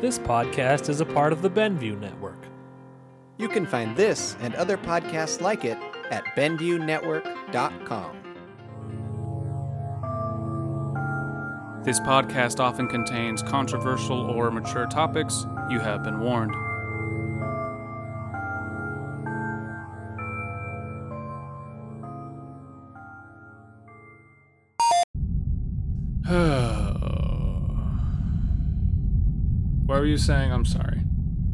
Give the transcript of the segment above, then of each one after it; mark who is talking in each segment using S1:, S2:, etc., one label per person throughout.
S1: This podcast is a part of the Benview Network.
S2: You can find this and other podcasts like it at BenviewNetwork.com.
S3: This podcast often contains controversial or mature topics. You have been warned. what were you saying? I'm sorry.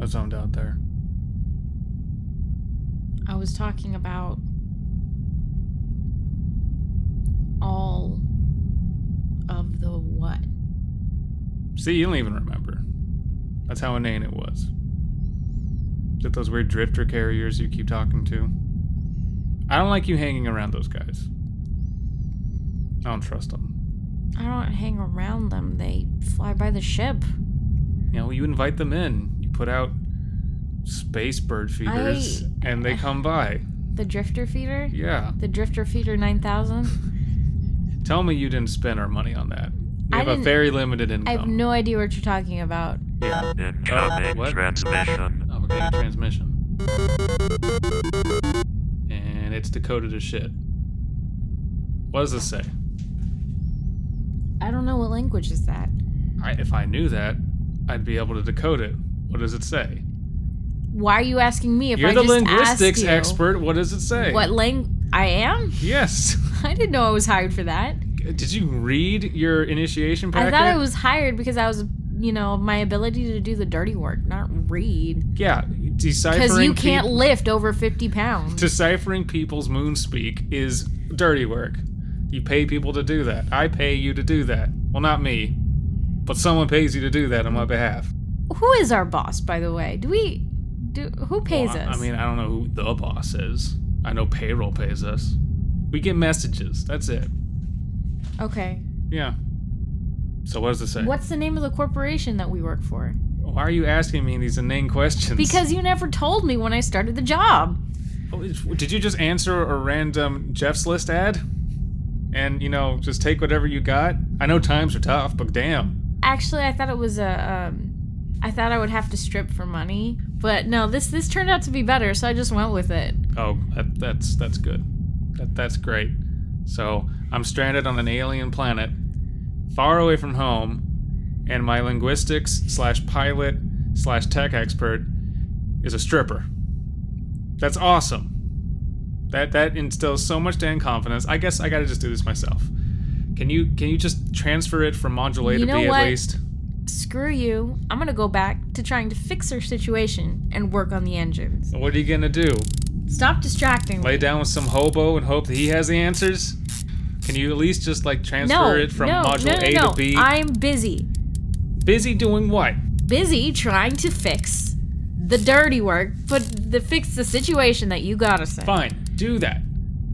S3: I zoned out there.
S4: I was talking about all of the what?
S3: See, you don't even remember. That's how inane it was. That those weird drifter carriers you keep talking to. I don't like you hanging around those guys. I don't trust them.
S4: I don't hang around them. They fly by the ship.
S3: You know, you invite them in. You put out space bird feeders, and they come by.
S4: The drifter feeder?
S3: Yeah.
S4: The drifter feeder 9000?
S3: Tell me you didn't spend our money on that. We
S4: I
S3: have a
S4: didn't-
S3: very limited
S4: I have
S3: income.
S4: no idea what you're talking about.
S3: yeah.
S5: Incoming
S3: what?
S5: transmission.
S3: Oh, we're getting a transmission. And it's decoded as shit. What does this say?
S4: I don't know what language is that.
S3: I, if I knew that, I'd be able to decode it. What does it say?
S4: Why are you asking me if
S3: You're
S4: I
S3: the
S4: just asked
S3: linguistics
S4: you
S3: expert. What does it say?
S4: What lang? I am.
S3: Yes.
S4: I didn't know I was hired for that.
S3: Did you read your initiation
S4: I
S3: packet?
S4: thought I was hired because I was, you know, my ability to do the dirty work, not read.
S3: Yeah, deciphering.
S4: Because you can't
S3: peop-
S4: lift over 50 pounds.
S3: deciphering people's moon speak is dirty work. You pay people to do that. I pay you to do that. Well, not me, but someone pays you to do that on my behalf.
S4: Who is our boss, by the way? Do we. do Who pays
S3: Well, I-
S4: us?
S3: I mean, I don't know who the boss is. I know payroll pays us. We get messages. That's it.
S4: okay.
S3: Yeah. So what does it say?
S4: What's the name of the corporation that we work for?
S3: Why are you asking me these inane questions?
S4: Because you never told me when I started the job.
S3: Oh, it's- did you just answer a random Jeff's List ad? And you know, just take whatever you got. I know times are tough, but damn.
S4: Actually, I thought it was a. Um, I thought I would have to strip for money, but no. This this turned out to be better, so I just went with it.
S3: Oh, that, that's that's good. That that's great. So I'm stranded on an alien planet, far away from home, and my linguistics slash pilot slash tech expert is a stripper. That's awesome. That that instills so much damn confidence. I guess I gotta just do this myself. Can you can you just transfer it from modulate
S4: You
S3: to
S4: know
S3: B
S4: what?
S3: at least?
S4: Screw you. I'm gonna go back to trying to fix her situation and work on the engines.
S3: What are you gonna do?
S4: Stop distracting me.
S3: Lay down with some hobo and hope that he has the answers? Can you at least just like transfer
S4: no,
S3: it from
S4: no,
S3: module
S4: no, no,
S3: A
S4: no.
S3: to B?
S4: I'm busy.
S3: Busy doing what?
S4: Busy trying to fix the dirty work, but the fix the situation that you got us in.
S3: Fine, do that.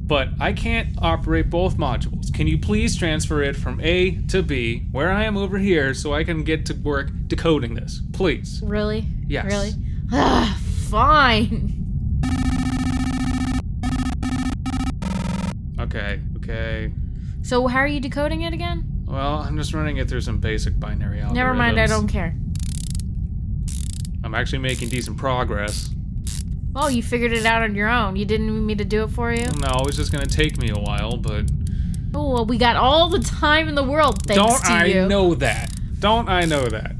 S3: But I can't operate both modules. Can you please transfer it from A to B, where I am over here, so I can get to work decoding this? Please.
S4: Really?
S3: Yes.
S4: Really? Ugh, fine.
S3: Okay, okay.
S4: So how are you decoding it again?
S3: Well, I'm just running it through some basic binary algorithms.
S4: Never mind, I don't care.
S3: I'm actually making decent progress.
S4: Oh, you figured it out on your own. You didn't need me to do it for you?
S3: No, it's just gonna take me a while, but
S4: Oh, well, we got all the time in the world thanks
S3: Don't
S4: to
S3: I
S4: you.
S3: know that? Don't I know that?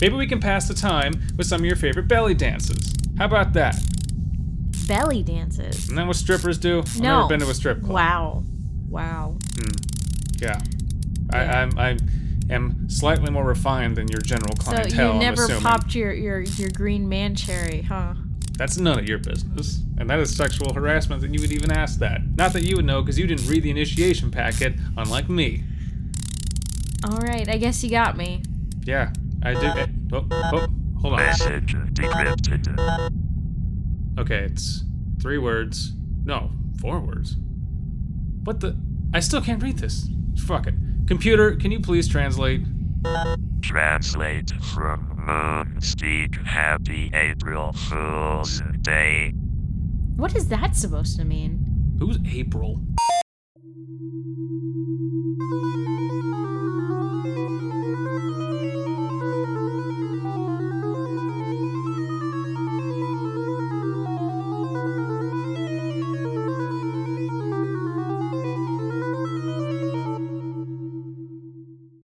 S3: Maybe we can pass the time with some of your favorite belly dances. How about that?
S4: Belly dances.
S3: Isn't that what strippers do? I've
S4: No.
S3: never been to a strip club.
S4: Wow. Wow.
S3: Yeah. I, I'm, I am slightly more refined than your general
S4: So
S3: clientele.
S4: you
S3: I'm
S4: never
S3: assuming.
S4: popped your, your, your green man cherry, huh?
S3: That's none of your business. And that is sexual harassment that you would even ask that. Not that you would know because you didn't read the initiation packet, unlike me.
S4: All right, I guess you got me.
S3: Yeah. I did. Oh, oh, hold on.
S5: Message decrypted.
S3: Okay, it's three words. No, four words. What the? I still can't read this. Fuck it. Computer, can you please translate?
S5: Translate from Moonsteak Happy April Fool's Day.
S4: What is that supposed to mean?
S3: Who's April?